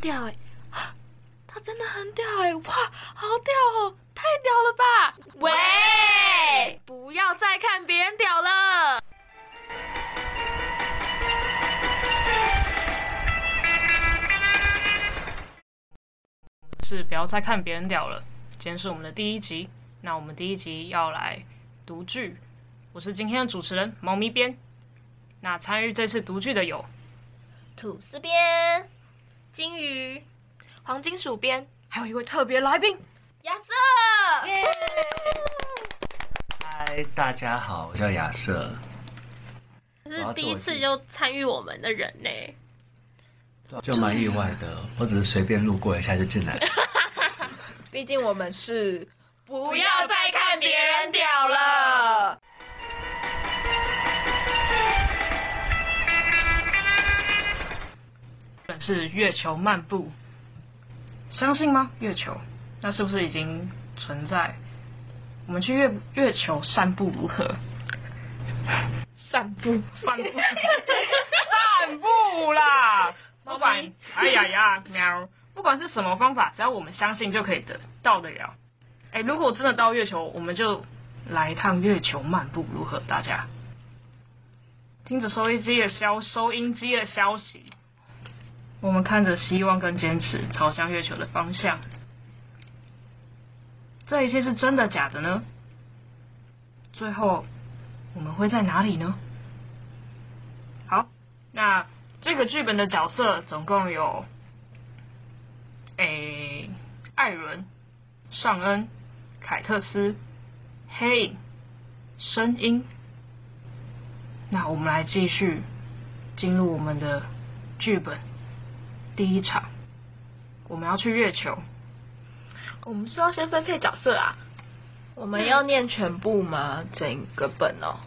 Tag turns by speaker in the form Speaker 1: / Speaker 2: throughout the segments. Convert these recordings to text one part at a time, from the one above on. Speaker 1: 屌哎、啊他真的很屌哎、哇，好屌哦，太屌了吧！喂，不要再看别人屌了。
Speaker 2: 是不要再看别人屌了。今天是我们的第一集，那我们第一集要来读剧，我是今天的主持人猫咪边。那参与这次读剧的有
Speaker 1: 吐司边、金鱼、黄金鼠边，
Speaker 2: 还有一位特别来宾，
Speaker 1: 亚瑟。
Speaker 3: 嗨，大家好，我叫亚瑟。
Speaker 4: 是第一次就参与我们的人呢、
Speaker 3: 就蛮意外的，我只是随便路过一下就进来。
Speaker 5: 毕竟我们是
Speaker 1: 不
Speaker 5: 不
Speaker 1: 要再看别人屌了。
Speaker 2: 本是月球漫步，相信吗？月球，那是不是已经存在？我们去月月球散步如何？散步，散步，散步 啦！不管，哎呀呀，喵！不管是什么方法，只要我们相信就可以得到得了。哎、如果真的到月球，我们就来一趟月球漫步如何？大家听着收音机的消收音机的消息。我们看着希望跟坚持朝向月球的方向。这一切是真的假的呢？最后我们会在哪里呢？好，那这个剧本的角色总共有，诶，艾伦、尚恩、凯特斯、黑影、声音。那我们来继续进入我们的剧本。第一场，我们要去月球。
Speaker 4: 我们是要先分配角色啊。
Speaker 5: 我们
Speaker 2: 嗯
Speaker 5: 要念全部吗？整个本哦。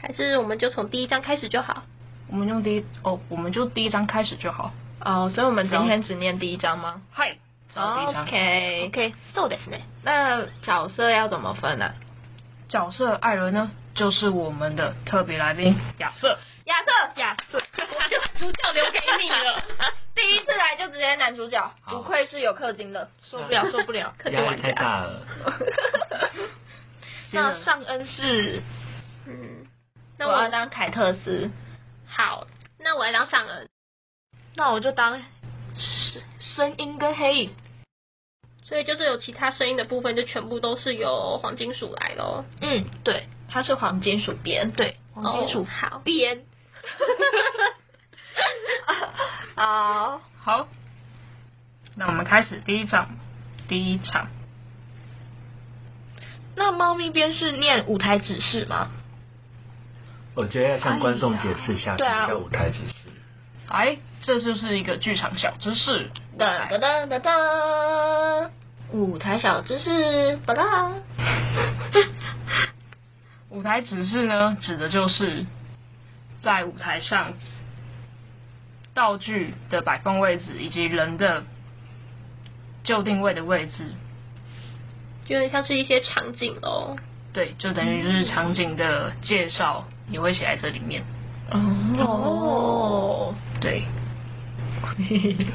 Speaker 4: 还是我们就从第一章开始就好。
Speaker 2: 我们用第一哦，我们就第一章开始就好。
Speaker 5: 哦，所以我们今天只念第一章吗
Speaker 2: 嗨，找第一章。
Speaker 5: 哦？OK。
Speaker 4: OK，so ですね。
Speaker 5: 那角色要怎么分啊呢、
Speaker 2: 角色艾伦呢，就是我们的特别来宾亚瑟。
Speaker 5: 亚瑟，亚瑟，
Speaker 4: 我就主角留给你 了，
Speaker 5: 第一次来就直接男主角，
Speaker 3: 好
Speaker 5: 不愧是有氪金的。
Speaker 4: 受不了，受不 了，客气
Speaker 3: 压
Speaker 4: 玩
Speaker 3: 力太
Speaker 4: 家。
Speaker 3: 大了。
Speaker 4: 那尚恩是，嗯，那
Speaker 5: 我要
Speaker 4: 我
Speaker 5: 当凯特斯，
Speaker 4: 好，那我来当尚恩。那我就当声声音跟黑影。所以就是有其他声音的部分，就全部都是由黄金鼠来喽。
Speaker 5: 嗯，对，他是黄金鼠边，对，
Speaker 4: 黄金属哦好边。
Speaker 5: 好，
Speaker 2: 好，那我们开始第一章。第一场，
Speaker 4: 那猫咪边是念舞台指示吗？
Speaker 3: 我觉得要向观众解释一下什
Speaker 4: 啊
Speaker 3: 么叫舞台指示。
Speaker 2: 哎，这就是一个剧场小知识。
Speaker 5: 噔噔噔噔噔，舞台小知识，巴拉。
Speaker 2: 舞台指示呢，指的就是在舞台上道具的摆放位置以及人的就定位的位置，
Speaker 4: 有点像是一些场景喽。
Speaker 2: 对，就等于就是场景的介绍也会写在这里面。
Speaker 5: 哦，
Speaker 2: 对，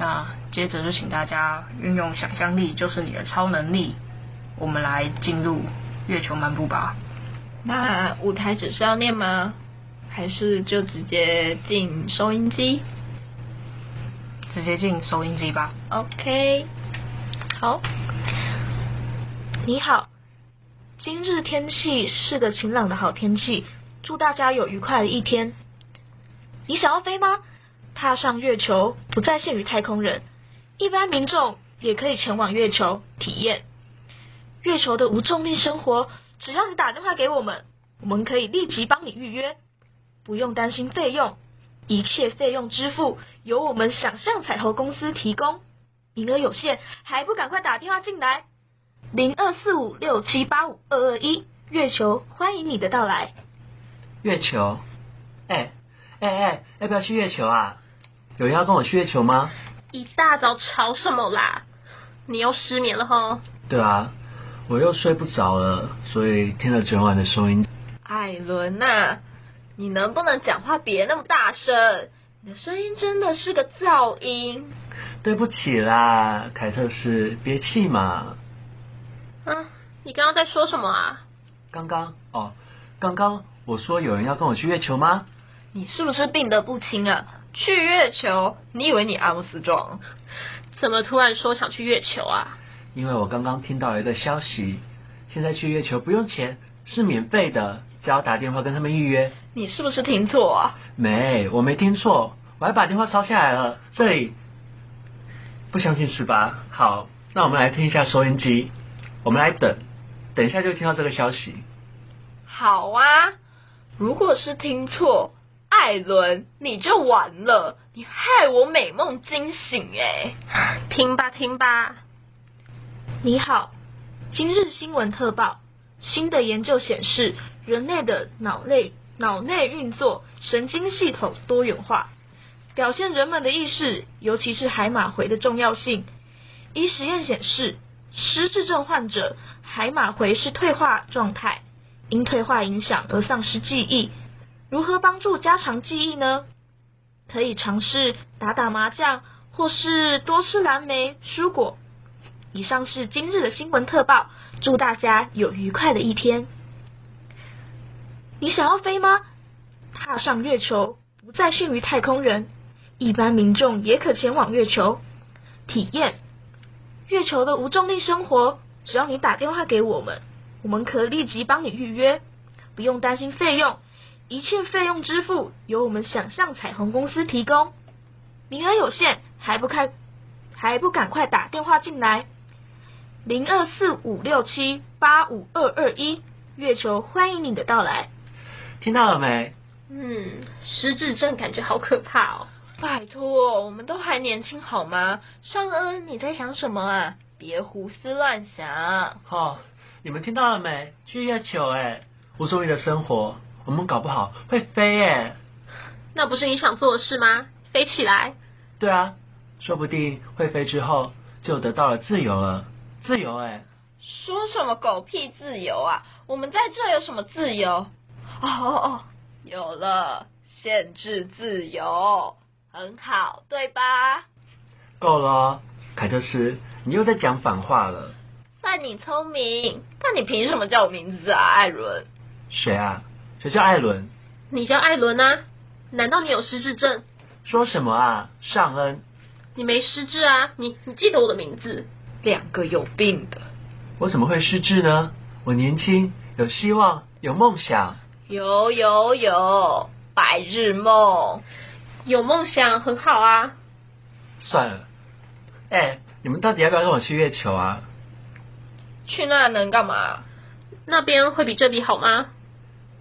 Speaker 2: 那接着就请大家运用想象力，就是你的超能力，我们来进入月球漫步吧。
Speaker 5: 那舞台指示要念吗？还是就直接进收音机
Speaker 2: 直接进收音机吧。
Speaker 4: OK，好。你好，今日天气是个晴朗的好天气，祝大家有愉快的一天。你想要飞吗？踏上月球不再限于太空人，一般民众也可以前往月球体验月球的无重力生活。只要你打电话给我们，我们可以立即帮你预约，不用担心费用，一切费用支付由我们想象彩虹公司提供，名额有限，还不赶快打电话进来？零二四五六七八五二二一，月球欢迎你的到来。
Speaker 3: 月球？哎哎哎，要不要去月球啊？有人要跟我去月球吗？
Speaker 4: 一大早吵什么啦？你又失眠了吼？
Speaker 3: 对啊，我又睡不着了，所以听了整晚的收音。
Speaker 5: 啊艾伦呐、你能不能讲话别那么大声？你的声音真的是个噪音。
Speaker 3: 对不起啦，凯特斯，别气嘛。
Speaker 2: 嗯，你刚刚在说什么啊？
Speaker 3: 刚刚哦，刚刚我说有人要跟我去月球吗？
Speaker 5: 你是不是病得不轻啊？去月球，你以为你阿姆斯壮？
Speaker 2: 怎么突然说想去月球啊？
Speaker 3: 因为我刚刚听到一个消息，现在去月球不用钱，是免费的，只要打电话跟他们预约。
Speaker 5: 你是不是听错啊？
Speaker 3: 没，我没听错，我还把电话抄下来了。这里，不相信是吧？好，那我们来听一下收音机，我们来等，等一下就会听到这个消息。
Speaker 5: 好啊，如果是听错，艾伦你就完了，你害我美梦惊醒哎、
Speaker 2: 听吧，听吧。你好，今日新闻特报：新的研究显示，人类的脑内脑内运作神经系统多元化，表现人们的意识，尤其是海马回的重要性。一实验显示，失智症患者海马回是退化状态，因退化影响而丧失记忆。如何帮助加强记忆呢？可以尝试打打麻将，或是多吃蓝莓、蔬果。以上是今日的新闻特报，祝大家有愉快的一天。你想要飞吗？踏上月球不再限于太空人，一般民众也可前往月球体验月球的无重力生活。只要你打电话给我们，我们可立即帮你预约，不用担心费用，一切费用支付由我们想象彩虹公司提供，名额有限，还不开还不赶快打电话进来，零二四五六七八五二二一，月球欢迎你的到来，
Speaker 3: 听到了没？
Speaker 5: 嗯，失智症感觉好可怕哦。拜托，我们都还年轻好吗？尚恩，你在想什么啊？别胡思乱想。
Speaker 3: 哦，你们听到了没？去月球哎，无重力的生活，我们搞不好会飞哎。
Speaker 2: 那不是你想做的事吗？飞起来！
Speaker 3: 对啊，说不定会飞之后就得到了自由了，自由哎。
Speaker 5: 说什么狗屁自由啊？我们在这有什么自由？哦哦哦，有了，限制自由，很好，对吧？
Speaker 3: 够了哦，凯特斯，你又在讲反话了。
Speaker 5: 算你聪明，但你凭什么叫我名字啊，艾伦？
Speaker 3: 谁啊？谁叫艾伦？
Speaker 2: 你叫艾伦啊？难道你有失智症？
Speaker 3: 说什么啊？尚恩，
Speaker 2: 你没失智啊？你你记得我的名字？
Speaker 5: 两个有病的。
Speaker 3: 我怎么会失智呢？我年轻，有希望，有梦想。
Speaker 5: 有有有，白日梦。
Speaker 2: 有梦想很好啊。
Speaker 3: 算了，哎、你们到底要不要跟我去月球啊？
Speaker 5: 去那能干嘛？
Speaker 2: 那边会比这里好吗？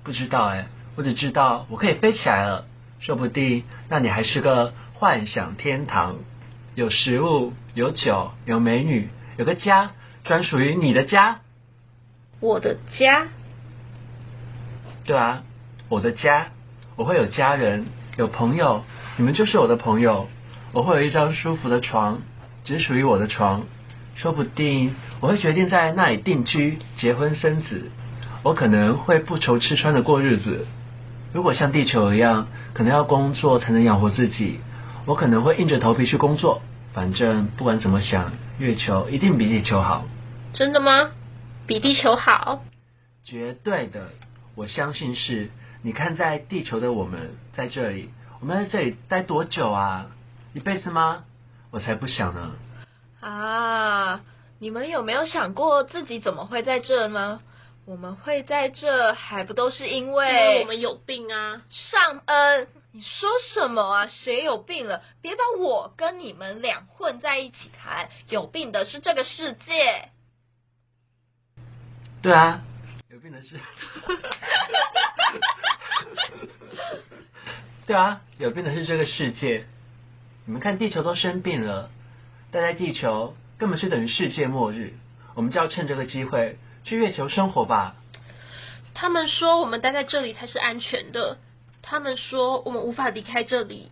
Speaker 3: 不知道哎、我只知道我可以飞起来了，说不定那里还是个幻想天堂，有食物，有酒，有美女，有个家，专属于你的家。
Speaker 5: 我的家。
Speaker 3: 对啊，我的家，我会有家人，有朋友，你们就是我的朋友。我会有一张舒服的床，只属于我的床。说不定我会决定在那里定居、结婚生子。我可能会不愁吃穿的过日子。如果像地球一样，可能要工作才能养活自己，我可能会硬着头皮去工作。反正不管怎么想，月球一定比地球好，
Speaker 2: 真的吗？比地球好？
Speaker 3: 绝对的。我相信是。你看，在地球的我们在这里，我们在这里待多久啊？一辈子吗？我才不想呢。
Speaker 5: 啊，你们有没有想过自己怎么会在这吗？我们会在这，还不都是因
Speaker 2: 因为
Speaker 5: 为
Speaker 2: 我们有病啊！
Speaker 5: 尚恩？呃你说什么啊？谁有病了？别把我跟你们俩混在一起谈，有病的是这个世界。
Speaker 3: 对啊，有病的是。对啊，有病的是这个世界。你们看，地球都生病了，待在地球根本是等于世界末日。我们就要趁这个机会去月球生活吧。
Speaker 2: 他们说我们待在这里才是安全的，他们说我们无法离开这里，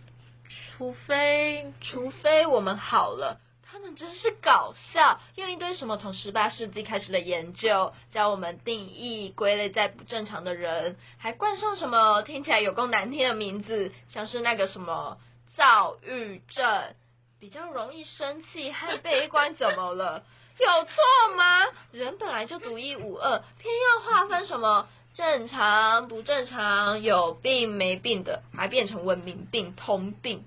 Speaker 2: 除非……
Speaker 5: 除非我们好了。他们真是搞笑，用一堆什么从十八世纪开始的研究，教我们定义、归类在不正常的人，还冠上什么听起来有够难听的名字，像是那个什么躁郁症，比较容易生气和悲观，怎么了？ 有错吗？人本来就独一无二，偏要划分什么正常、不正常、有病没病的，还变成文明病、通病，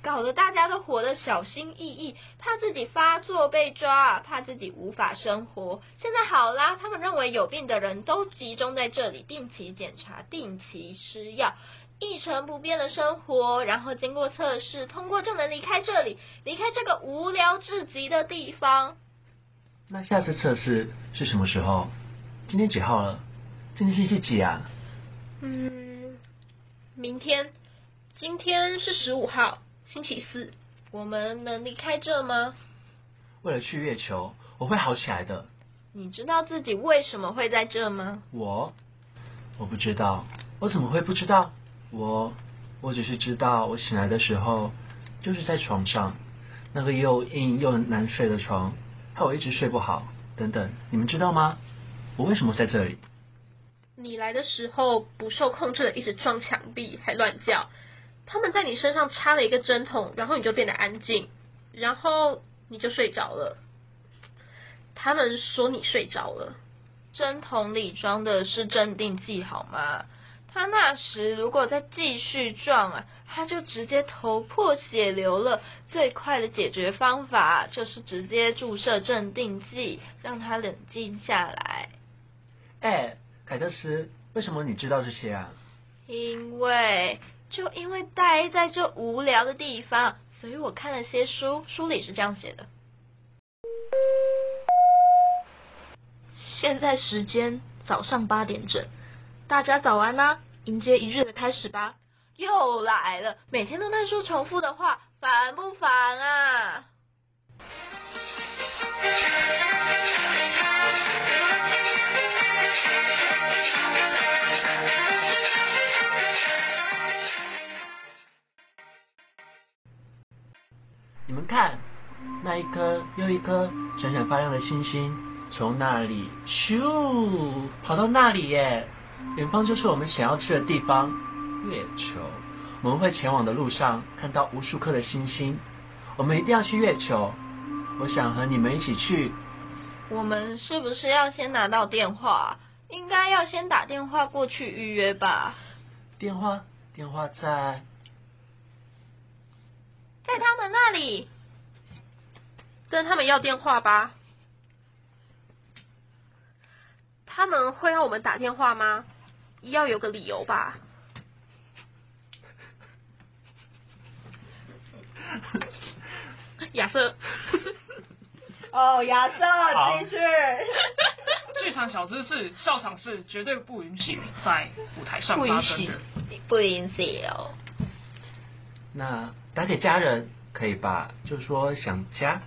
Speaker 5: 搞得大家都活得小心翼翼，怕自己发作被抓，怕自己无法生活。现在好啦，他们认为有病的人都集中在这里，定期检查，定期吃药。一成不变的生活，然后经过测试通过就能离开这里，离开这个无聊至极的地方。
Speaker 3: 那下次测试是什么时候？今天几号了？今天星期几啊？
Speaker 4: 嗯，明天，今天是十五号，星期四。
Speaker 5: 我们能离开这吗？
Speaker 3: 为了去月球，我会好起来的。
Speaker 5: 你知道自己为什么会在这吗？
Speaker 3: 我我不知道，我怎么会不知道？我我只是知道，我醒来的时候就是在床上，那个又硬又难睡的床，害我一直睡不好。等等，你们知道吗？我为什么在这里？
Speaker 4: 你来的时候不受控制的一直撞墙壁，还乱叫。他们在你身上插了一个针筒，然后你就变得安静，然后你就睡着了。他们说你睡着了，
Speaker 5: 针筒里装的是镇定剂，好吗？他那时如果再继续撞啊，他就直接头破血流了。最快的解决方法就是直接注射镇定剂，让他冷静下来。
Speaker 3: 哎，凯特斯，为什么你知道这些啊？
Speaker 5: 因为就因为待在这无聊的地方，所以我看了些书，书里是这样写的。
Speaker 4: 现在时间早上八点整，大家早安啦、
Speaker 5: 啊
Speaker 4: 迎接一日的开始吧。
Speaker 5: 又来了，每天都在说重复的话，烦不烦啊？
Speaker 3: 你们看，那一颗又一颗闪闪发亮的星星，从那里咻跑到那里耶！远方就是我们想要去的地方——月球。我们会前往的路上看到无数颗的星星，我们一定要去月球。我想和你们一起去。
Speaker 5: 我们是不是要先拿到电话啊？应该要先打电话过去预约吧。
Speaker 3: 电话，电话在
Speaker 5: 在他们那里，
Speaker 4: 跟他们要电话吧。他们会让我们打电话吗？要有个理由吧。 亚 瑟，
Speaker 5: 哦，亚
Speaker 3: 好
Speaker 5: 瑟，继续。
Speaker 2: 剧场小知识，笑场是绝对不允许在舞台上
Speaker 4: 不
Speaker 2: 发
Speaker 4: 允
Speaker 2: 生
Speaker 4: 许
Speaker 2: 的。
Speaker 5: 不允许哦。
Speaker 3: 那打给家人可以吧？就说想家，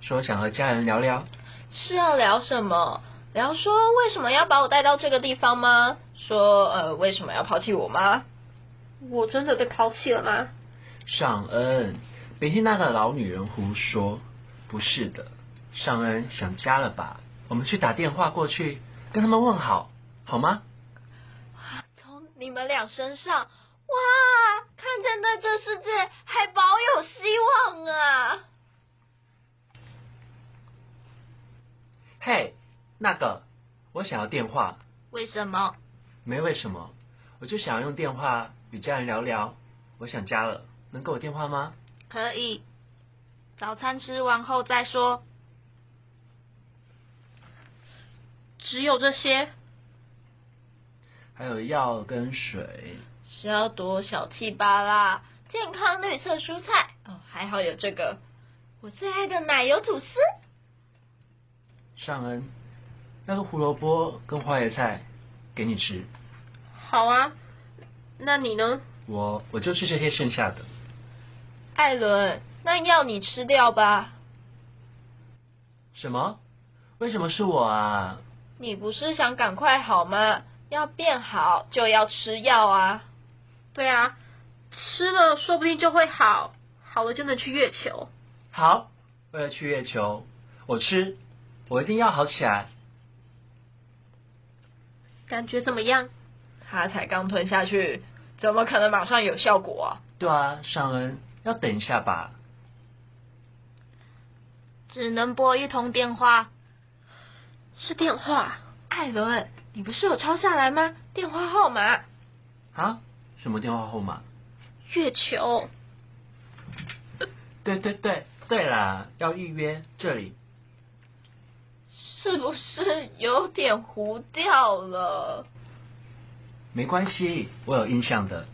Speaker 3: 说想和家人聊聊。
Speaker 5: 是要聊什么？聊说为什么要把我带到这个地方吗？说呃为什么要抛弃我吗？
Speaker 4: 我真的被抛弃了吗？
Speaker 3: 尚恩，别听那个老女人胡说，不是的。尚恩想家了吧？我们去打电话过去跟他们问好，好吗？
Speaker 5: 从你们俩身上，哇，看见对这世界还保有希望啊！
Speaker 3: 嘿，那个，我想要电话，
Speaker 5: 为什么？
Speaker 3: 没为什么，我就想要用电话与家人聊聊。我想家了，能给我电话吗？
Speaker 5: 可以，早餐吃完后再说。
Speaker 4: 只有这些。
Speaker 3: 还有药跟水。
Speaker 5: 是要多小气巴啦！健康绿色蔬菜哦，还好有这个，我最爱的奶油吐司。
Speaker 3: 尚恩，那个胡萝卜跟花椰菜给你吃，
Speaker 4: 好啊，那你呢？
Speaker 3: 我我就吃这些剩下的。
Speaker 5: 艾伦，那要你吃掉吧。
Speaker 3: 什么？为什么是我啊？
Speaker 5: 你不是想赶快好吗？要变好就要吃药啊！
Speaker 4: 对啊，吃了说不定就会好，好了就能去月球。
Speaker 3: 好，为了去月球，我吃，我一定要好起来。
Speaker 4: 感觉怎么样？
Speaker 5: 他才刚吞下去，怎么可能马上有效果啊？
Speaker 3: 对啊，尚恩，要等一下吧。
Speaker 4: 只能拨一通电话。
Speaker 5: 是电话。艾伦，你不是有抄下来吗？电话号码。
Speaker 3: 啊？什么电话号码？
Speaker 5: 月球。
Speaker 3: 对对对对啦，要预约这里。
Speaker 5: 是不是有点糊掉了？
Speaker 3: 没关系，我有印象的。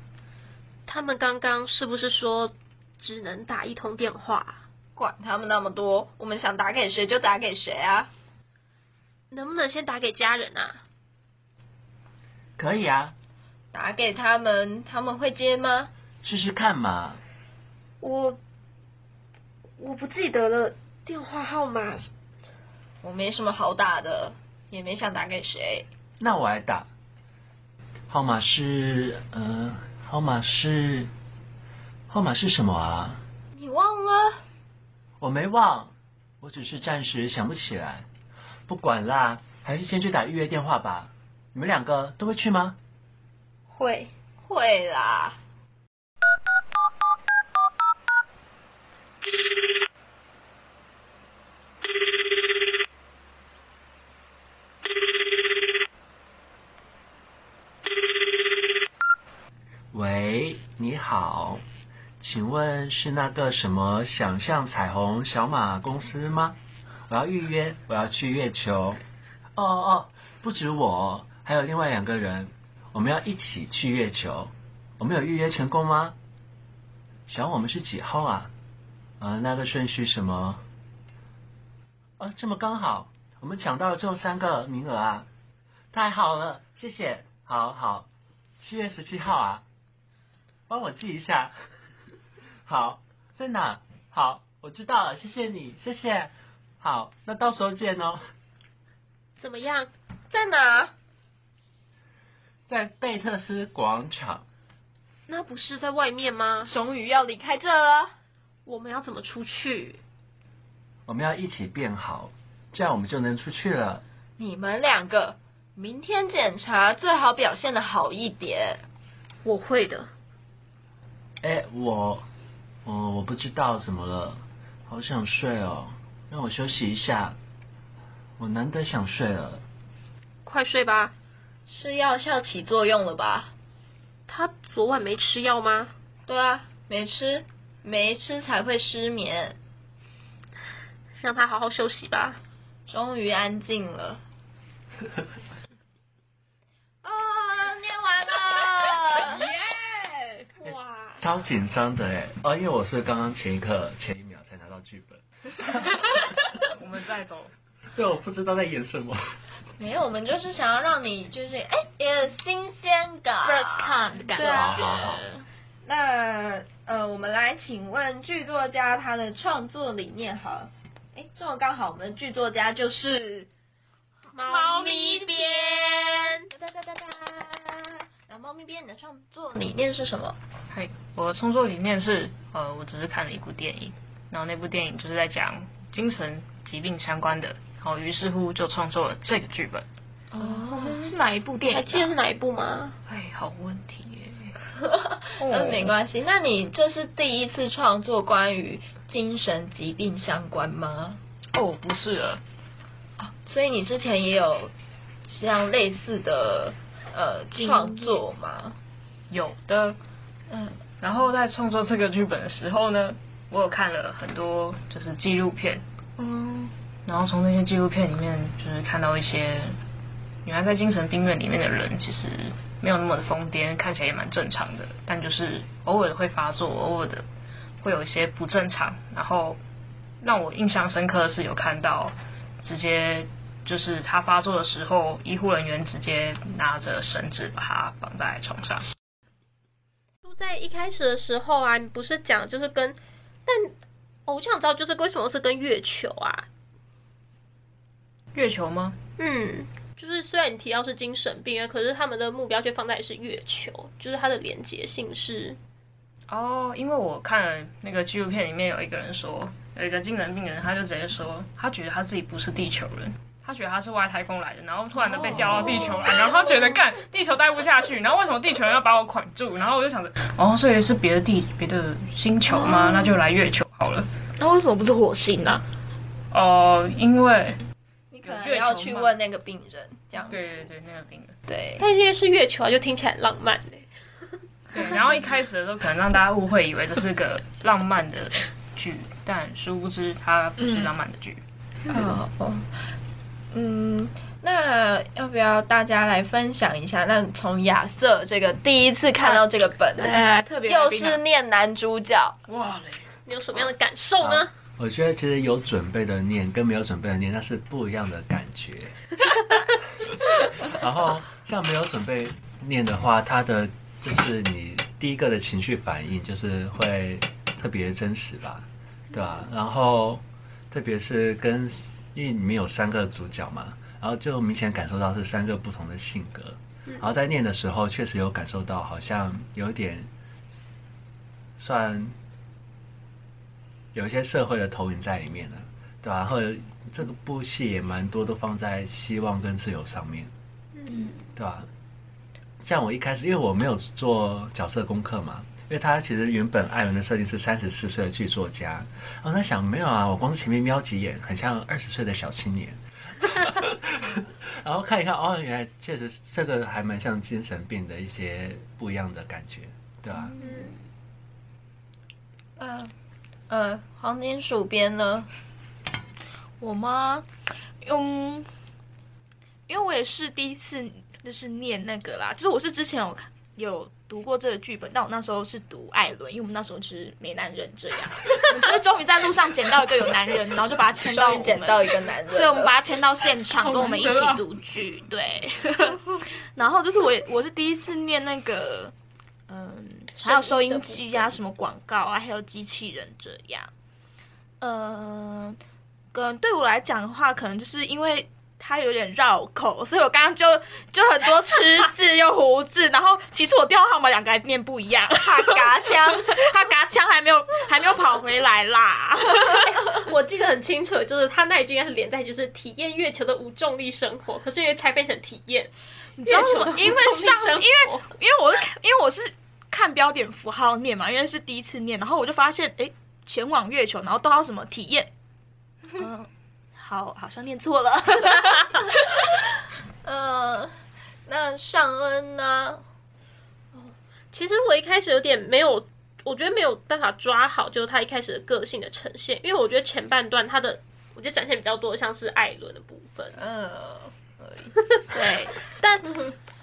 Speaker 1: 他们刚刚是不是说只能打一通电话？
Speaker 5: 管他们那么多，我们想打给谁就打给谁啊！
Speaker 1: 能不能先打给家人啊？
Speaker 3: 可以啊，
Speaker 5: 打给他们，他们会接吗？
Speaker 3: 试试看嘛。
Speaker 1: 我我不记得了电话号码。
Speaker 5: 我没什么好打的，也没想打给谁。
Speaker 3: 那我来打。号码是，呃，号码是，号码是什么啊？
Speaker 5: 你忘了？
Speaker 3: 我没忘，我只是暂时想不起来。不管啦，还是先去打预约电话吧。你们两个都会去吗？
Speaker 5: 会会啦。
Speaker 3: 喂，你好，请问是那个什么想象彩虹小马公司吗？我要预约，我要去月球。哦哦，不止我，还有另外两个人，我们要一起去月球。我们有预约成功吗？小我们是几号啊？呃，那个顺序什么？哦，这么刚好，我们抢到了最后三个名额啊！太好了，谢谢。好好，七月十七号啊。帮我记一下。 好，在哪？好，我知道了，谢谢你，谢谢。好，那到时候见哦，
Speaker 1: 怎么样？
Speaker 5: 在哪？
Speaker 3: 在贝特斯广场。
Speaker 1: 那不是在外面吗？
Speaker 5: 终于要离开这了。
Speaker 1: 我们要怎么出去？
Speaker 3: 我们要一起变好，这样我们就能出去了。
Speaker 5: 你们两个，明天检查最好表现的好一点。
Speaker 1: 我会的。
Speaker 3: 哎，我，我我不知道怎么了，好想睡哦，让我休息一下。我难得想睡了。
Speaker 1: 快睡吧。
Speaker 5: 是药效起作用了吧？
Speaker 1: 他昨晚没吃药吗？
Speaker 5: 对啊，没吃，没吃才会失眠。
Speaker 1: 让他好好休息吧。
Speaker 5: 终于安静了。啊、念完了。
Speaker 1: 耶！哇，
Speaker 3: 超紧张的哎，哦，因为我是刚刚前一刻前一秒才拿到剧本，
Speaker 2: 我们再走。
Speaker 3: 所以我不知道在演什么。
Speaker 5: 没有，我们就是想要让你就是哎，也有新鲜感。
Speaker 4: 看的感
Speaker 5: 对
Speaker 3: 好
Speaker 5: 啊
Speaker 3: 好好
Speaker 5: 那呃，我们来请问剧作家他的创作理念好了。哎，这么刚好，我们的剧作家就是
Speaker 1: 猫咪
Speaker 5: 边。哒哒哒哒哒。然后猫咪边你的创作理念是什么？
Speaker 2: 嗨，我的创作理念是，呃，我只是看了一部电影，然后那部电影就是在讲精神疾病相关的，然后于是乎就创作了这个剧本。
Speaker 4: 哦，是哪一部电影、
Speaker 1: 还记得是哪一部吗？
Speaker 2: 啊哎，好问题 耶。哦
Speaker 5: 那嗯没关系。那你这是第一次创作关于精神疾病相关吗？
Speaker 2: 哦，不是了，
Speaker 5: 所以你之前也有像类似的呃创作吗？
Speaker 2: 有的。
Speaker 5: 嗯，
Speaker 2: 然后在创作这个剧本的时候呢，我有看了很多就是纪录片，
Speaker 5: 嗯，
Speaker 2: 然后从那些纪录片里面，就是看到一些原来在精神病院里面的人其实没有那么的疯癫，看起来也蛮正常的，但就是偶尔会发作，偶尔的会有一些不正常。然后让我印象深刻的是有看到直接就是他发作的时候，医护人员直接拿着绳子把他绑在床上。
Speaker 6: 就在一开始的时候啊，你不是讲就是跟，但哦我想知道就是为什么是跟月球啊？
Speaker 2: 月球吗？
Speaker 6: 嗯，就是虽然你提到是精神病院，可是他们的目标却放在是月球，就是它的连接性是
Speaker 2: 哦，因为我看了那个纪录片，里面有一个人说，有一个精神病人，他就直接说，他觉得他自己不是地球人，他
Speaker 7: 他觉得他是外太空来的，然后突然的被调到地球
Speaker 2: 哦
Speaker 7: 来，然后他觉得干地球待不下去，然后为什么地球人要把我捆住？然后我就想着，哦，所以是别的地别的星球吗？
Speaker 2: 哦
Speaker 7: 那就来月球好了。
Speaker 4: 那为什么不是火星啊呢、
Speaker 7: 哦、因为
Speaker 5: 你可能要去问那个病人，这样子。
Speaker 7: 对对对，那个病人。
Speaker 5: 对
Speaker 6: 但因为是月球啊，就听起来很浪漫欸呢、
Speaker 7: 对，然后一开始的时候可能让大家误会，以为这是个浪漫的剧，但殊不知它不
Speaker 2: 嗯
Speaker 7: 是浪漫的剧。
Speaker 5: 好，嗯，那要不要大家来分享一下？那从亚瑟这个第一次看到这个本，
Speaker 4: 哎，
Speaker 2: 特别来
Speaker 5: 又
Speaker 2: 宾啊
Speaker 5: 是念男主角，
Speaker 7: 哇嘞！
Speaker 6: 你有什么样的感受呢？
Speaker 4: 啊
Speaker 3: 我觉得其实有准备的念跟没有准备的念，那是不一样的感觉。然后像没有准备念的话，它的就是你第一个的情绪反应就是会特别真实吧，对吧、然后特别是跟因为里面有三个主角嘛，然后就明显感受到是三个不同的性格。然后在念的时候，确实有感受到好像有点算有一些社会的投影在里面呢，对吧、或者这个部戏也蛮多都放在希望跟自由上面，嗯，对吧、像我一开始，因为我没有做角色功课嘛，因为他其实原本艾伦的设定是三十四岁的剧作家，然后在想没有啊，我光是前面瞄几眼，很像二十岁的小青年。 然后看一看，哦，原来确实这个还蛮像精神病的一些不一样的感觉，对吧、
Speaker 5: 嗯呃，黄金鼠编 呢？
Speaker 4: 我吗？嗯，因为我也是第一次就是念那个啦，就是我是之前有看有读过这个剧本，但我那时候是读艾伦，因为我们那时候就是没男人 这样，我们就是终于在路上捡到一个有男人，然后就把他牵到我
Speaker 5: 终于
Speaker 4: 们，
Speaker 5: 捡到一个男人了，
Speaker 4: 对，我们 把他牵到现场，
Speaker 7: 好难得
Speaker 4: 跟
Speaker 7: 啊
Speaker 4: 我们一起读剧，对。 然后就是我也我是第一次念那个，嗯，还有收音机啊，什么广告啊，还有机器人这样，嗯。嗯，对我来讲的话，可能就是因为它有点绕口，所以我刚刚就就很多吃字又胡字，然后其实我电话号码两个还念不一 样，哈嘎枪，哈嘎枪还没有还没有跑回来啦，
Speaker 6: 我记得很清楚，就是他那一句应该是连在就是体验月球的无重力生活，可是因为拆变成体验月
Speaker 4: 知道
Speaker 6: 球
Speaker 4: 为什
Speaker 6: 的
Speaker 4: 么
Speaker 6: 无
Speaker 4: 因为
Speaker 6: 重力
Speaker 4: 上
Speaker 6: 生活，因为
Speaker 4: 因为我是看因为我是看标点符号念嘛，因为是第一次念，然后我就发现诶，前往月球，然后都要什么体验，嗯，好好像念错了，
Speaker 5: 嗯，那尚恩呢？
Speaker 6: 其实我一开始有点没有，我觉得没有办法抓好，就是他一开始的个性的呈现，因为我觉得前半段他的，我觉得展现比较多的像是艾伦的部分，
Speaker 5: 嗯，
Speaker 6: 对，但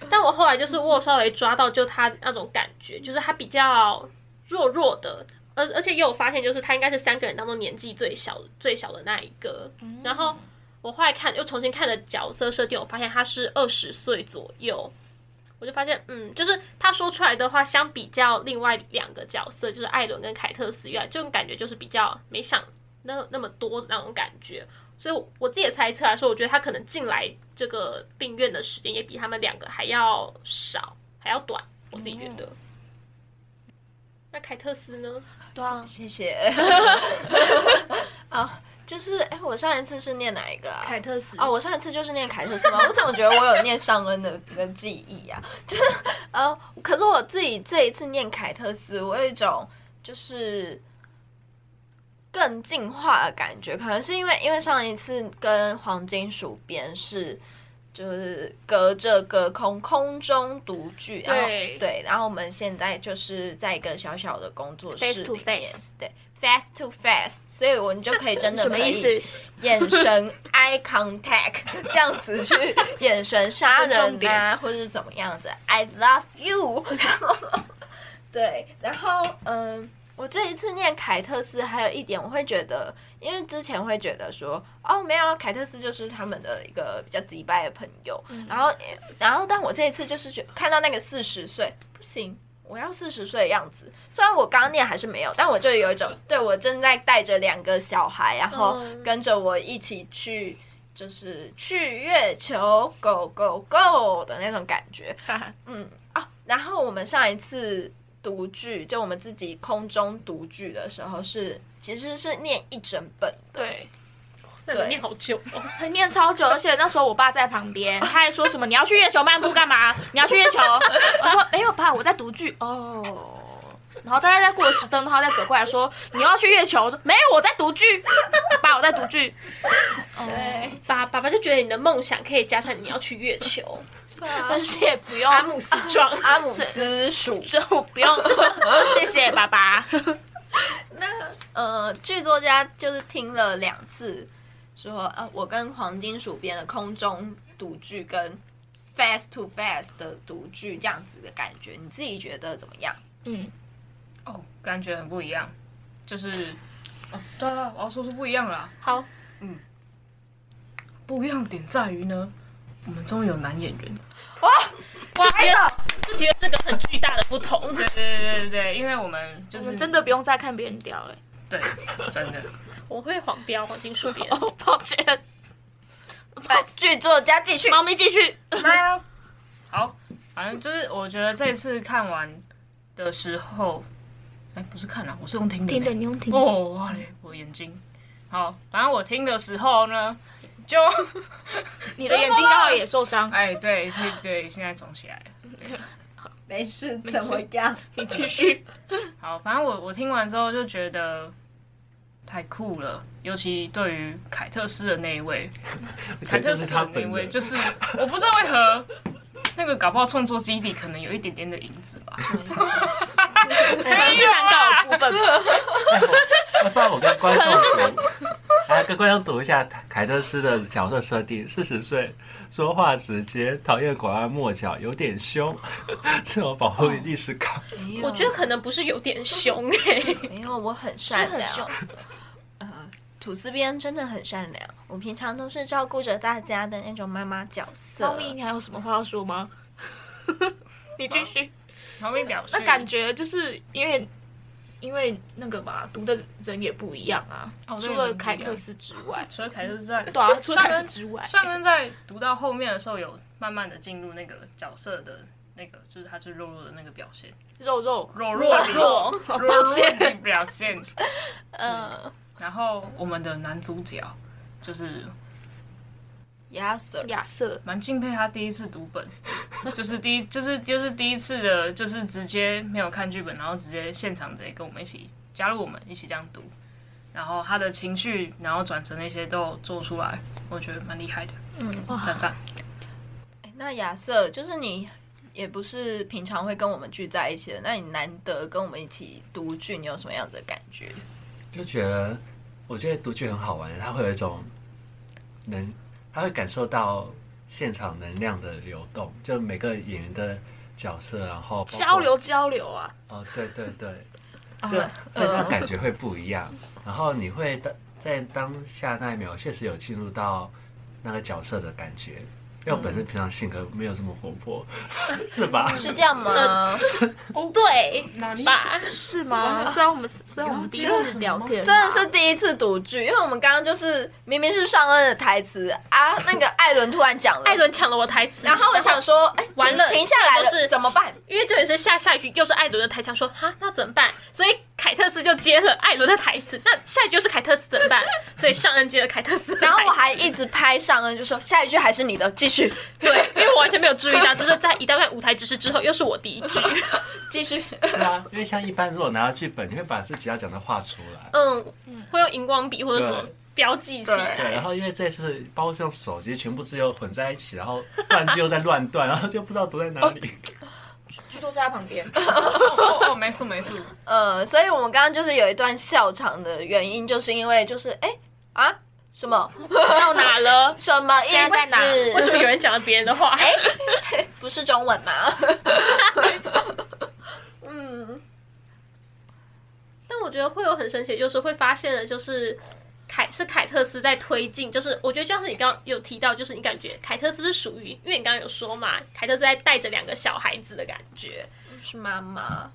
Speaker 6: 但我后来就是我有稍微抓到，就他那种感觉，就是他比较弱弱的，而而且也有发现，就是他应该是三个人当中年纪最小最小的那一个。然后我后来看又重新看了角色设定，我发现他是二十岁左右。我就发现，嗯，就是他说出来的话，相比较另外两个角色，就是艾伦跟凯特斯越来，这种感觉就是比较没想那那么多那种感觉。所以我我自己的猜测来啊说，我觉得他可能进来这个病院的时间也比他们两个还要少，还要短。我自己觉得。那凯特斯呢？
Speaker 5: 对啊，谢谢。 啊，就是哎、我上一次是念哪一个啊？
Speaker 4: 凯特斯
Speaker 5: 哦，我上一次就是念凯特斯吗？我怎么觉得我有念尚恩的的记忆啊？ 就是呃，可是我自己这一次念凯特斯，我有一种就是更进化的感觉，可能是因为因为上一次跟黄金鼠编是。就是隔着隔空空中读剧，然后
Speaker 4: 对
Speaker 5: 对，然后我们现在就是在一个小小的工作室
Speaker 4: Face to
Speaker 5: 里面
Speaker 4: face
Speaker 5: 对，face to face，所以我们就可以真的
Speaker 4: 什么
Speaker 5: 可以
Speaker 4: 意思？
Speaker 5: 眼神 eye contact 这样子去眼神杀人啊，或者是怎么样子？I love you 对，然后嗯，我这一次念凯特斯，还有一点我会觉得，因为之前会觉得说，哦，没有啊，凯特斯就是他们的一个比较迪拜的朋友，然后然后，但我这一次就是觉看到那个四十岁，不行。我要四十岁的样子，虽然我刚念还是没有，但我就有一种对我正在带着两个小孩，然后跟着我一起去，就是去月球，go go go 的那种感觉。嗯啊，然后我们上一次读剧，就我们自己空中读剧的时候是，其实是念一整本的，
Speaker 4: 对，
Speaker 6: 那你念好久哦。
Speaker 1: 念超久，而且那时候我爸在旁边，他还说什么你要去月球漫步干嘛？你要去月球？我说没有爸，我在读剧哦。然后大概再过了十分钟，他再走过来说你要去月球，我说没有，我在读剧，爸我在读剧。
Speaker 5: 对，
Speaker 6: 爸爸爸就觉得你的梦想可以加上你要去月球，
Speaker 1: 但是也不用
Speaker 6: 阿姆斯 壮，啊
Speaker 5: 阿姆斯 鼠。
Speaker 1: 就不用，谢谢爸爸。
Speaker 5: 呃，剧作家就是听了两次，说啊，我跟黄金鼠编的空中赌剧跟 fast to fast 的赌剧这样子的感觉，你自己觉得怎么样？
Speaker 2: 哦，感觉很不一样，就是，哦、对啊，我要说出不一样啦。
Speaker 6: 好，
Speaker 2: 嗯，不一样点在于呢，我们终于有男演员。
Speaker 6: 就觉得就觉得这个很巨大的不同。
Speaker 2: 对对对对对，因为我们就
Speaker 1: 我
Speaker 2: 是
Speaker 1: 们真的不用再看别人屌了，
Speaker 2: 对真 的，
Speaker 6: 我会黄标黄金树边，
Speaker 1: 抱歉。
Speaker 5: 来，剧作家继续。
Speaker 1: 猫咪继续，
Speaker 2: 好，反正就是我觉得这次看完的时候，哎，不是看了，我是用听的呢。
Speaker 1: 你用听
Speaker 2: 哦，哇嘞，我眼睛。好，反正我听的时候呢，就
Speaker 1: 你的眼睛刚好也受伤。
Speaker 2: 哎，对，所以对，现在肿起来了。
Speaker 5: 没事，怎么样？
Speaker 1: 你继续，
Speaker 2: 好，反正我我听完之后就觉得太酷了，尤其对于凯特斯的那一 位，凯特
Speaker 3: 就是
Speaker 2: 斯
Speaker 3: 他
Speaker 2: 的那一
Speaker 3: 本
Speaker 2: 位，
Speaker 3: 人，
Speaker 2: 就是我不知道为何那个搞不好创作基底可能有一点点的影子吧。
Speaker 1: 可能是难搞的部分 吧。
Speaker 3: 那不然我跟观众读， 来跟观众读一下凯特斯的角色设定：四十岁，说话直接，讨厌拐弯抹角，有点凶， 自我保护意识高。
Speaker 6: 我觉得可能不是有点凶哎、
Speaker 5: 没有，我很善良。
Speaker 6: 啊
Speaker 5: 呃，吐司边真的很善良，我平常都是照顾着大家的那种妈妈角色。
Speaker 1: 猫咪，你还有什么话要说吗？ 你继续。
Speaker 2: 旁边表示
Speaker 1: 那啊感觉就是因为因为那个嘛，读的人也不一样啊，
Speaker 2: 哦对
Speaker 1: 除了凯特斯之外，
Speaker 2: 除了凯特斯在
Speaker 1: 对啊，除了
Speaker 2: 上
Speaker 1: 凯特
Speaker 2: 恩
Speaker 1: 斯之外，
Speaker 2: 上恩在读到后面的时候，有慢慢的进入那个角色的那个，就是他最弱弱的那个表现，
Speaker 1: 肉肉
Speaker 2: 弱弱的
Speaker 1: 弱
Speaker 2: 弱弱
Speaker 1: 抱
Speaker 2: 的
Speaker 1: 歉
Speaker 2: 表 现。
Speaker 1: 嗯
Speaker 5: 呃
Speaker 2: 然后我们的男主角就是
Speaker 5: ，Yes sir，
Speaker 1: 亚瑟，
Speaker 2: 蛮敬佩他第一次读本，就是第一就是就是第一次的，就是直接没有看剧本，然后直接现场直接跟我们一起加入我们一起这样读，然后他的情绪，然后转成那些都有做出来，我觉得蛮厉害的，嗯，赞赞。
Speaker 5: 哎那亚瑟就是你，也不是平常会跟我们聚在一起的，那你难得跟我们一起读剧，你有什么样子的感觉？
Speaker 3: 就觉得，我觉得读剧很好玩，它会有一种能，它会感受到现场能量的流动，就每个演员的角色，然后包括
Speaker 1: 交流。交流啊，
Speaker 3: 哦，对对对，就
Speaker 5: 啊
Speaker 3: 会让感觉会不一样。然后你会当在当下那一秒，确实有进入到那个角色的感觉。因为我本身平常性格没有这么活泼，是吧？
Speaker 5: 是这样吗？
Speaker 6: 对吧？
Speaker 1: 是吗？虽然我们虽然我们第一次聊天啊，
Speaker 5: 真的是第一次读剧，因为我们刚刚就是明明是上恩的台词啊，那个艾伦突然讲了，
Speaker 6: 艾，伦抢了我台词，
Speaker 5: 然后我想说，哎，停
Speaker 6: 完了
Speaker 5: 停下来
Speaker 6: 这都是
Speaker 5: 了，怎么办？
Speaker 6: 因为这也是下下一句又是艾伦的台词，想说哈那怎么办？所以凯特斯就接了艾伦的台词，那下一句又是凯特斯怎么办？所以上恩接了凯特 斯的台词，
Speaker 5: 然后我还一直拍上恩，就说下一句还是你的，继续，
Speaker 6: 对，因为我完全没有注意到，就是在一大段舞台指示之后，又是我第一句，
Speaker 5: 继续。
Speaker 3: 对啊，因为像一般如果拿到剧本，你会把自己要讲的话出来。
Speaker 6: 嗯，会用荧光笔或者什么
Speaker 3: 对
Speaker 6: 标记起来。
Speaker 3: 对，然后因为这次包括是用手机，全部字又混在一起，然后断句又在乱断，然后就不知道读在哪里。
Speaker 1: 剧作在他旁边，
Speaker 2: 哦哦，没事没事，
Speaker 5: 呃，所以我们刚刚就是有一段笑场的原因，就是因为就是哎啊什么
Speaker 6: 到哪了？
Speaker 5: 什么意思？
Speaker 1: 现在在哪
Speaker 6: 为什么有人讲了别人的话？
Speaker 5: 不是中文吗？
Speaker 6: 嗯但我觉得会有很神奇，就是会发现的，就是凯是凯特斯在推进，就是我觉得就像是你刚刚有提到，就是你感觉凯特斯是属于，因为你刚刚有说嘛，凯特斯在带着两个小孩子的感觉。
Speaker 5: 是妈妈。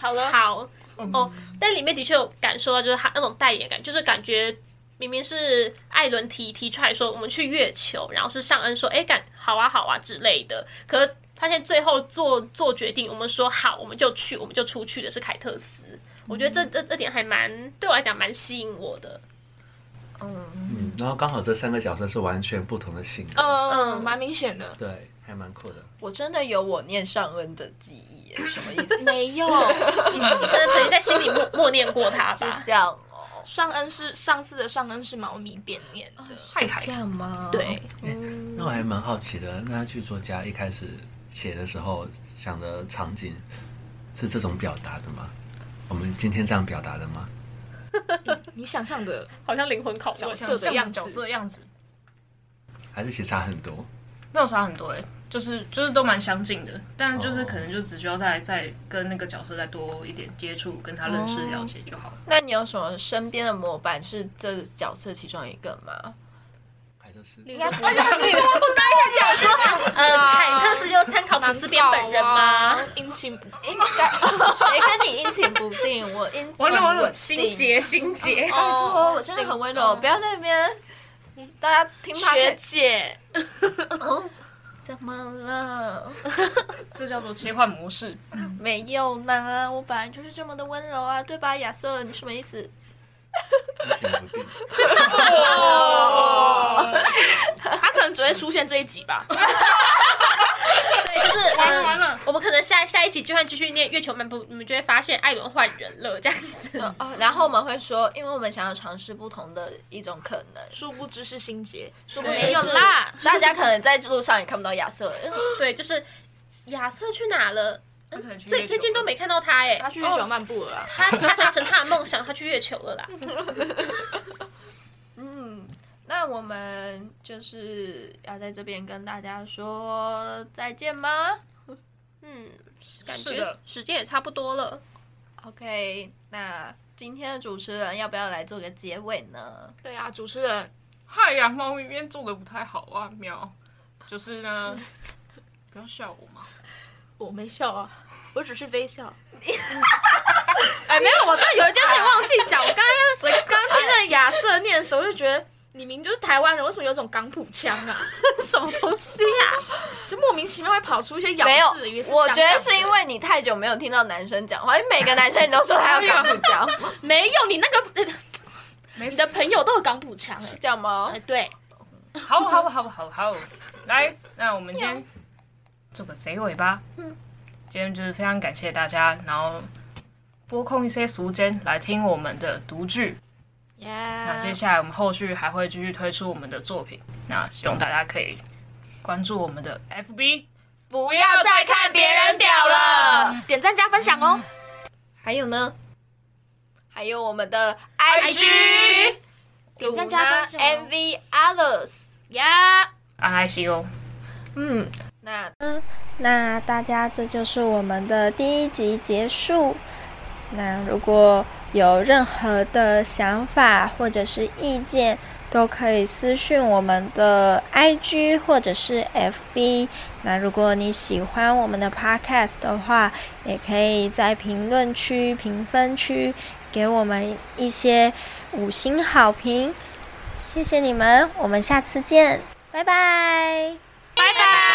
Speaker 1: 好了，嗯
Speaker 6: 好哦，但里面的确有感受到，就是他那种代言感，就是感觉明明是艾伦提提出来说我们去月球，然后是尚恩说哎感好啊好啊之类的，可是发现最后做做决定，我们说好我们就去，我们就出去的是凯特
Speaker 1: 嗯
Speaker 6: 斯。我觉得这这这点还蛮对我来讲蛮吸引我的，
Speaker 5: 嗯，
Speaker 3: 嗯，
Speaker 7: 嗯，然后刚好这三个角色是完全不同的性格，
Speaker 1: 嗯，蛮明显的。
Speaker 7: 对，还蛮酷的。
Speaker 5: 我真的有我念上恩的记忆耶，什么意思？
Speaker 1: 没 有，
Speaker 6: 你可能曾经在心里默默念过他吧
Speaker 5: 是？这样 哦，
Speaker 1: 上恩是上次的上恩是猫咪变脸的，
Speaker 8: 太海
Speaker 5: 这样吗？
Speaker 1: 对，
Speaker 7: 那我还蛮好奇的，那他剧作家一开始写的时候想的场景是这种表达的吗？我们今天这样表达的吗？
Speaker 1: 你想象的
Speaker 6: 好像灵魂拷
Speaker 1: 角
Speaker 6: 问。
Speaker 1: 色的样子
Speaker 2: 角色的样子
Speaker 7: 还是其实差很多？
Speaker 2: 没有差很多哎、就是就是都蛮相近的，但就是可能就只需要再再跟那个角色再多一点接触，跟他认识了解就好了。
Speaker 5: 那你有什么身边的模板是这角色其中一个吗？
Speaker 7: 还是
Speaker 1: 应该不
Speaker 6: 呃，凯特是就参考图斯边本人吗？？
Speaker 1: 阴晴不
Speaker 5: 应该谁跟你阴晴不定？ 我阴晴
Speaker 2: 完了完
Speaker 5: 不
Speaker 2: 了，
Speaker 5: 定。
Speaker 2: 心结心结，
Speaker 5: 拜托，我真的很温柔，不要在那边。嗯大家听他
Speaker 1: 学 姐，
Speaker 5: 怎么了？
Speaker 2: 这叫做切换模式。
Speaker 5: 没有呢，我本来就是这么的温柔啊，对吧，亚瑟？你什么意思？
Speaker 7: 阴晴不定。
Speaker 1: 哦他可能只会出现这一集 吧。
Speaker 6: 对，就是
Speaker 2: 完了
Speaker 6: 嗯，
Speaker 2: 完了，
Speaker 6: 我们可能下下一集就算继续念月球漫步，你们就会发现艾伦换人了这样子。
Speaker 5: 嗯哦，然后我们会说，因为我们想要尝试不同的一种可能，
Speaker 1: 殊不知是心结，
Speaker 5: 殊不
Speaker 6: 对
Speaker 5: 知
Speaker 1: 没有
Speaker 5: 是
Speaker 1: 啦，
Speaker 5: 大家可能在路上也看不到亚 瑟。
Speaker 6: 对，就是亚瑟去哪了？
Speaker 2: 他可能去
Speaker 6: 最最近都没看到他哎、
Speaker 1: 他去月球漫步了啊。
Speaker 6: 他他达成他的梦想，他去月球了 啦。
Speaker 5: 嗯，那我们就是要在这边跟大家说再见吗
Speaker 6: 嗯，感
Speaker 2: 是
Speaker 6: 觉
Speaker 2: 的
Speaker 6: 时间也差不多了。
Speaker 5: ？OK，那今天的主持人要不要来做个结尾呢？
Speaker 1: 对啊，主持人，
Speaker 2: 嗨呀，猫咪边做的不太好啊，喵。就是呢，不要笑我嘛。
Speaker 1: 我没笑啊，我只是微笑。
Speaker 5: 哎，没有，我这有一件
Speaker 1: 而且忘记讲，我刚刚刚刚听了亚瑟念的时候，就觉得你明明就是台湾人，为什么有种港普腔啊？
Speaker 6: 什么东西呀、
Speaker 1: 就莫名其妙会跑出一些咬
Speaker 5: 没有
Speaker 1: 字，以为，是
Speaker 5: 我
Speaker 1: 香
Speaker 5: 觉
Speaker 1: 港
Speaker 5: 得
Speaker 1: 人
Speaker 5: 是因为你太久没有听到男生讲话，因为每个男生你都说他 要港普讲，
Speaker 1: 没有你那
Speaker 6: 哎
Speaker 1: 个
Speaker 2: 没
Speaker 1: 你
Speaker 2: 事
Speaker 1: 的，朋友都有港普腔
Speaker 5: 是
Speaker 1: 哎。
Speaker 5: 这样吗
Speaker 1: 哎，？对，
Speaker 2: 好啊好好好好，来，那我们今天做个结尾吧。嗯，今天就是非常感谢大家，然后拨空一些时间来听我们的读剧。那
Speaker 5: 嗯
Speaker 2: 接下来我们后续还会继续推出我们的作品，那希望大家可以关注我们的 FB。
Speaker 5: 不要再看别人屌了。
Speaker 1: 点赞加分享哦。
Speaker 5: 还有呢？还有我们的 IG，
Speaker 1: 点赞加分享
Speaker 5: MV Others。
Speaker 1: 呀，
Speaker 2: 安爱惜哦，
Speaker 5: 嗯，那
Speaker 9: 那大家，这就是我们的第一集结束。那如果有任何的想法或者是意见，都可以私讯我们的 IG 或者是 FB。那如果你喜欢我们的 Podcast 的话，也可以在评论区、评分区给我们一些五星好评。谢谢你们，我们下次见，拜拜。
Speaker 1: 拜拜。